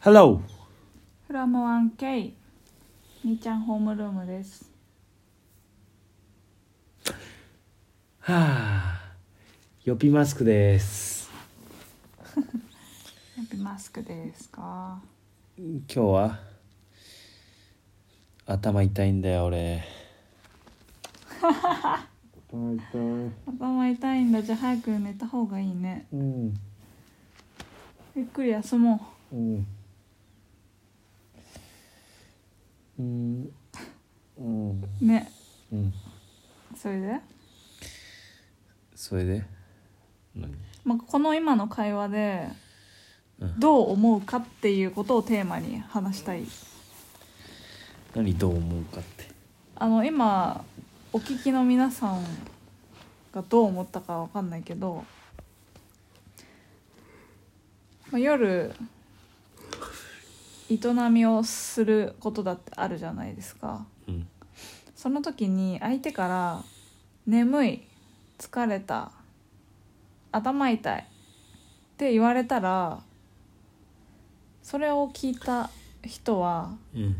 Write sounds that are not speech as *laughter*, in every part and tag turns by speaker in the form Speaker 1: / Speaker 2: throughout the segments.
Speaker 1: Hello!
Speaker 2: フラム 1K みーちゃんホームルームです
Speaker 1: はあ、予備マスクです。
Speaker 2: やっぱマスクですか
Speaker 1: 今日は頭痛いんだよ、俺。頭痛い。
Speaker 2: 頭痛いんだじゃあ早く寝た方がいいね
Speaker 1: うん、
Speaker 2: ゆっくり休も
Speaker 1: うん。うん、うん、
Speaker 2: うね
Speaker 1: うん。
Speaker 2: それで、
Speaker 1: それで何
Speaker 2: まあ、この今の会話で
Speaker 1: うん
Speaker 2: どう思うかっていうことをテーマに話したい
Speaker 1: 何どう思うかって。
Speaker 2: あの今お聞きの皆さんがどう思ったかわかんないけど、まあ、夜営みをすることだってあるじゃないですか
Speaker 1: うん、
Speaker 2: その時に相手から「眠い」「疲れた」「頭痛い」って言われたらそれを聞いた人は
Speaker 1: うん、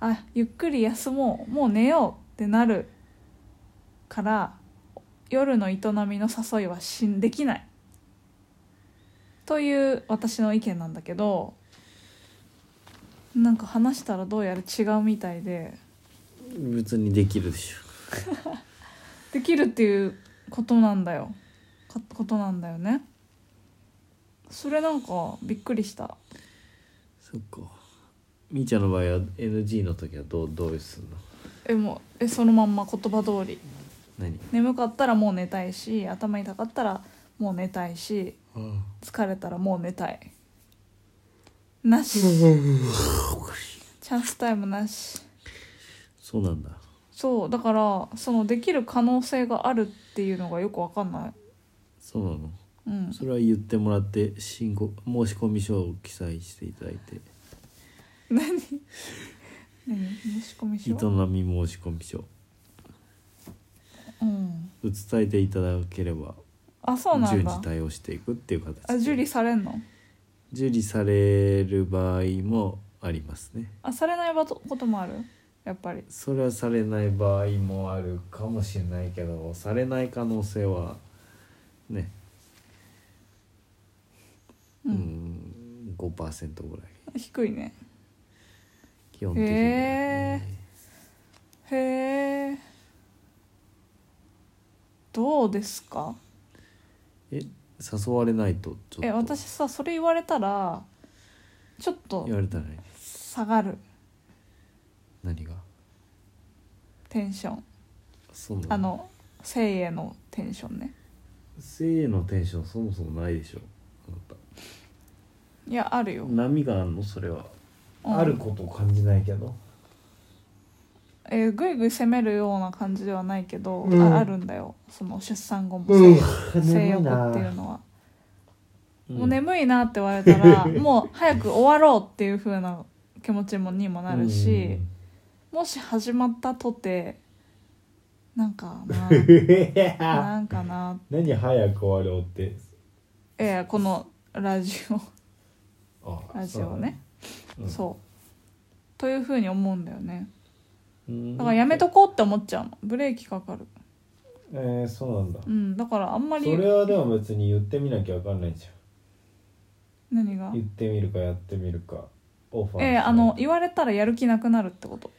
Speaker 2: あゆっくり休もうもう寝ようってなるから夜の営みの誘いはしんできないという私の意見なんだけどなんか話したらどうやら違うみたいで
Speaker 1: 別にできるでしょ。
Speaker 2: できるっていうことなんだよかことなんだよねそれなんかびっくりした
Speaker 1: そっか。みーちゃんの場合は NG の時はどうどうするの
Speaker 2: えもうえそのまんま言葉通り
Speaker 1: 何
Speaker 2: 眠かったらもう寝たいし頭痛かったらもう寝たいし疲れたらもう寝たいなしチャンスタイムなし
Speaker 1: そうなんだ
Speaker 2: そうだからそのできる可能性があるっていうのがよくわかんない
Speaker 1: そうなの
Speaker 2: うん
Speaker 1: それは言ってもらって申告申し込み書を記載していただいて
Speaker 2: 何何申し込み
Speaker 1: 営
Speaker 2: し
Speaker 1: み
Speaker 2: よ
Speaker 1: 申し込み書
Speaker 2: ううん
Speaker 1: 伝えていただければ
Speaker 2: あそうな
Speaker 1: 順
Speaker 2: んだ
Speaker 1: 次対応していくっていう形で
Speaker 2: あ受理されんの
Speaker 1: 受理される場合もありますね
Speaker 2: あされないこともあるやっぱり
Speaker 1: それはされない場合もあるかもしれないけどされない可能性はね
Speaker 2: うん
Speaker 1: うん5%ぐらい
Speaker 2: 低いね
Speaker 1: 基本的にはね、
Speaker 2: へえどうですか
Speaker 1: 誘われないとちょっと
Speaker 2: え私さそれ言われたらちょっと
Speaker 1: 言われたらね
Speaker 2: 下がる
Speaker 1: 何が
Speaker 2: テンション
Speaker 1: そうな
Speaker 2: あの性へのテンションね
Speaker 1: 性のテンションそもそもないでしょあない
Speaker 2: やある
Speaker 1: た
Speaker 2: よ、
Speaker 1: 波があるのそれは、
Speaker 2: うん
Speaker 1: あることを感じないけど
Speaker 2: えー、ぐいぐい攻めるような感じではないけど、
Speaker 1: うん
Speaker 2: ああるんだよその出産後も
Speaker 1: うん
Speaker 2: 性,、性欲っていうのは、
Speaker 1: うん
Speaker 2: もう眠いなって言われ
Speaker 1: *laughs*
Speaker 2: たらもう早く終わろうっていう風な気持ちもにもなるし、もし始まったとてなんか
Speaker 1: *laughs*
Speaker 2: ななんかな
Speaker 1: 何早く終わろうって
Speaker 2: えー、このラジ
Speaker 1: *laughs*
Speaker 2: オ
Speaker 1: あ
Speaker 2: ラジオね
Speaker 1: うん
Speaker 2: そうというふうに思うんだよね
Speaker 1: うん
Speaker 2: だからやめとこうって思っちゃうのブレーキかかる
Speaker 1: えー、そうなんだ
Speaker 2: うんだからあんまり
Speaker 1: それはでも別に言ってみなきゃわかんないじ
Speaker 2: 何
Speaker 1: ゃ
Speaker 2: が
Speaker 1: ん言ってみるかやってみるかオファーしない
Speaker 2: ええあの言われたらやる気なくなるってこと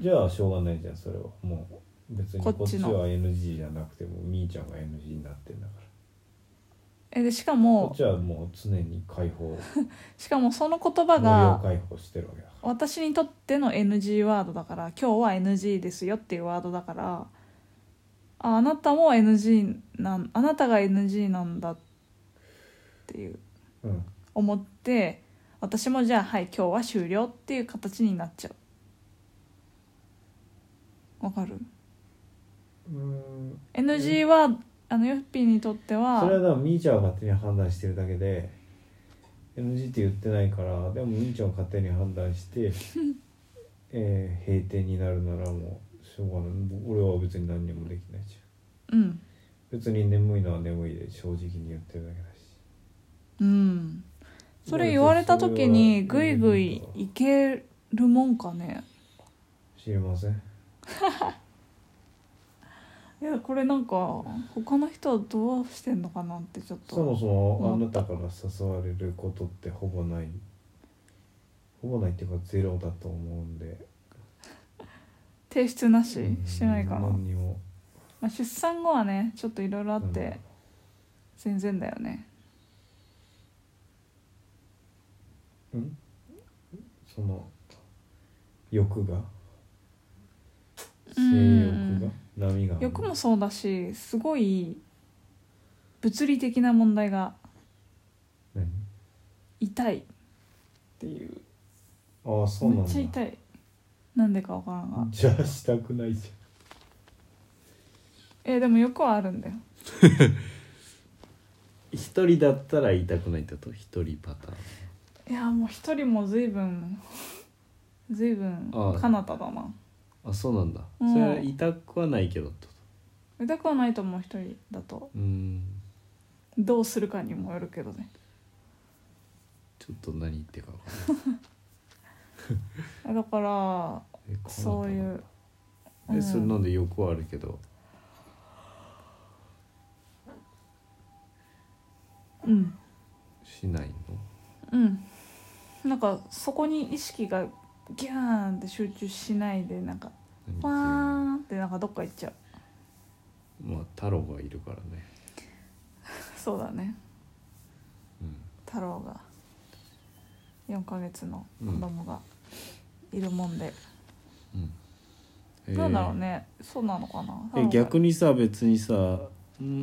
Speaker 1: じゃあしょうがないじゃんそれはもう別にこ
Speaker 2: こ
Speaker 1: っ
Speaker 2: っ
Speaker 1: ち
Speaker 2: ち
Speaker 1: は
Speaker 2: の
Speaker 1: NG じゃなくてもみーちゃんが NG になってんだから
Speaker 2: えでしか
Speaker 1: こ
Speaker 2: も
Speaker 1: っちはもう常に解放
Speaker 2: しかもその言葉
Speaker 1: 無料
Speaker 2: が
Speaker 1: 解放してるわけだか
Speaker 2: 私にとっての NG ワードだから今日は NG ですよっていうワードだからああなたも NG なんあなたが NG なんだっていう
Speaker 1: らうん
Speaker 2: 思って私もじゃあはい今日は終了っていう形になっちゃうわかる
Speaker 1: うーん
Speaker 2: NG は、あのヨッピーにとっては
Speaker 1: それはでもみーちゃんは勝手に判断してるだけで NG って言ってないからでもみーちゃんは勝手に判断して
Speaker 2: *laughs*
Speaker 1: えー、閉店になるならもうしょうがない俺は別に何にもできないじゃん
Speaker 2: うん
Speaker 1: 別に眠いのは眠いで正直に言ってるだけだし
Speaker 2: うんそれ言われた時に
Speaker 1: そ
Speaker 2: ぐ
Speaker 1: れ
Speaker 2: い
Speaker 1: は
Speaker 2: ぐいいけるもんかね
Speaker 1: 知りません
Speaker 2: いやこれなんか他の人はどうしてんのかなってちょっと
Speaker 1: そもそもあ
Speaker 2: 思
Speaker 1: なたから誘われることってほぼないほぼないっていうかゼロだと思うんで
Speaker 2: 提出なし
Speaker 1: うん
Speaker 2: してないから、ま
Speaker 1: 何にも
Speaker 2: あ、出産後はねちょっといろいろあって全然だよね
Speaker 1: うんその欲が性欲が波がある
Speaker 2: 欲もそうだしすごい物理的な問題が
Speaker 1: 何
Speaker 2: 痛いっていう
Speaker 1: ああそう
Speaker 2: め
Speaker 1: な
Speaker 2: っ
Speaker 1: んだ
Speaker 2: ちゃ痛いなんでかわからんが
Speaker 1: じゃあしたくないじ
Speaker 2: えでも欲はあるんだよ
Speaker 3: 一人だったら痛くないってこと一人パターン
Speaker 2: いやもう一人も随分随分
Speaker 3: ああ
Speaker 2: 彼方だな
Speaker 3: あそうなんだ、
Speaker 2: うん
Speaker 3: それは痛くはないけどってこ
Speaker 2: 痛くはないと思う一人だと
Speaker 3: とうん
Speaker 2: どうするかにもよるけどね
Speaker 3: ちょっと何言ってるか分かんない
Speaker 2: だから
Speaker 3: えこな
Speaker 2: そういう
Speaker 3: え
Speaker 2: うん
Speaker 3: それなんで欲はあるけど
Speaker 2: うん
Speaker 3: しないの
Speaker 2: うんなんかそこに意識がギャーンって集中しないでなんか
Speaker 3: 何
Speaker 2: わー
Speaker 3: 言って
Speaker 2: ンってなんかどっか行っちゃう *laughs*
Speaker 3: るまあ太郎がいるからね
Speaker 2: そうだね
Speaker 3: うん
Speaker 2: 太郎が4ヶ月の子供がいるもんで、
Speaker 3: うんえー
Speaker 2: なんだろうねそうなのかな
Speaker 3: え逆にさ別にさん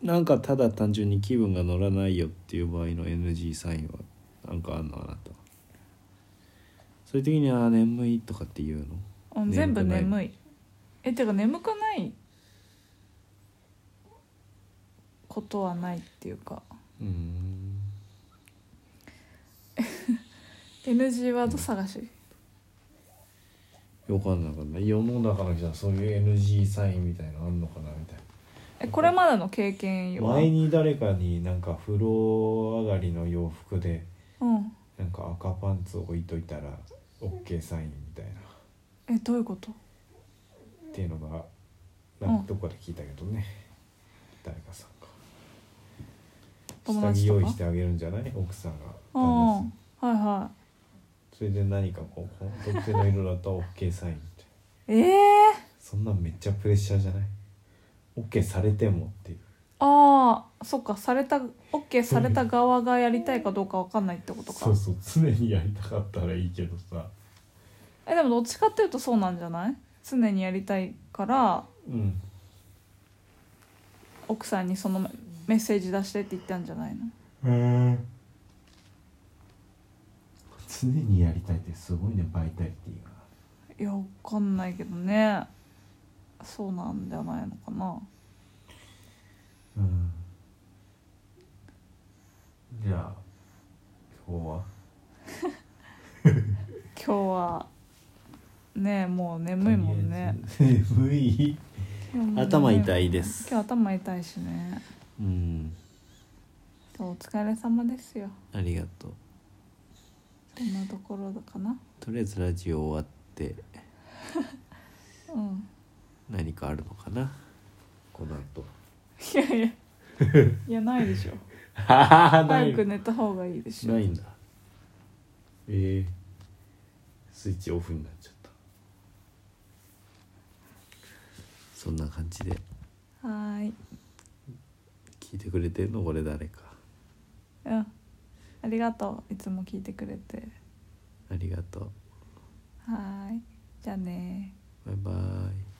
Speaker 3: なんかただ単純に気分が乗らないよっていう場合の NG サインはなんかあんのあなたそういう時に「ああ眠い」とかって言うの
Speaker 2: うん全部
Speaker 3: 眠くない
Speaker 2: 眠いえてか眠くないことはないっていうか
Speaker 3: うーん
Speaker 2: NG ワード探し、
Speaker 3: よくわかんなかった
Speaker 1: 世の中の人はそういう NG サインみたいなのあんのかなみたい
Speaker 2: えこれまでの経験よ
Speaker 1: な前に誰かになんか風呂上がりの洋服で
Speaker 2: うん
Speaker 1: なんか赤パンツ置いといたら OK サインみたいな
Speaker 2: えどういうこと
Speaker 1: っていうのが
Speaker 2: う
Speaker 1: なんんかどっかで聞いたけどね、誰かさんか
Speaker 2: 友
Speaker 1: 下着
Speaker 2: 達とか
Speaker 1: 用意してあげるんじゃない奥さんが
Speaker 2: う
Speaker 1: 旦那
Speaker 2: ん
Speaker 1: さ
Speaker 2: うん
Speaker 1: ん
Speaker 2: はいは
Speaker 1: それで何かこうこう特定の色だと OK サインみたい
Speaker 2: いええ
Speaker 1: なそんなんめっちゃプレッシャーじゃない OK されてもっていう
Speaker 2: ああそっかされた OK された側がやりたいかどうかわかんないってことか
Speaker 1: そうそう常にやりたかったらいいけどさ
Speaker 2: えでもどっちかっていうとそうなんじゃない常にやりたいから
Speaker 1: うん
Speaker 2: 奥さんにそのメメッセージ出してって言ったんじゃないの
Speaker 1: 常にやりたいってすごいねバイタリティが
Speaker 2: いやわかんないけどねそうなんじゃないのかな
Speaker 1: うんじゃあ今日は
Speaker 2: 今日はねもう眠いもんね
Speaker 1: とりあえず眠い
Speaker 3: 頭痛
Speaker 2: い
Speaker 3: いです
Speaker 2: 今日頭痛いしね
Speaker 3: うん
Speaker 2: 今日お疲れ様ですよ
Speaker 3: ありがとう
Speaker 2: そんなところかな
Speaker 3: とりあえずラジオ終わって
Speaker 2: うん
Speaker 3: 何かあるのかなこの後
Speaker 2: いや
Speaker 3: *laughs*
Speaker 2: いやいやないでしょ
Speaker 3: はあ
Speaker 2: 早く寝た方がいいでしょ
Speaker 3: ないんだええスイッチオフになっちゃったそんな感じで
Speaker 2: はーい
Speaker 3: 聞いてくれてるのこれ誰か
Speaker 2: うんありがとういつも聞いてくれて
Speaker 3: ありがとう
Speaker 2: はーいじゃあねー
Speaker 3: バイバイ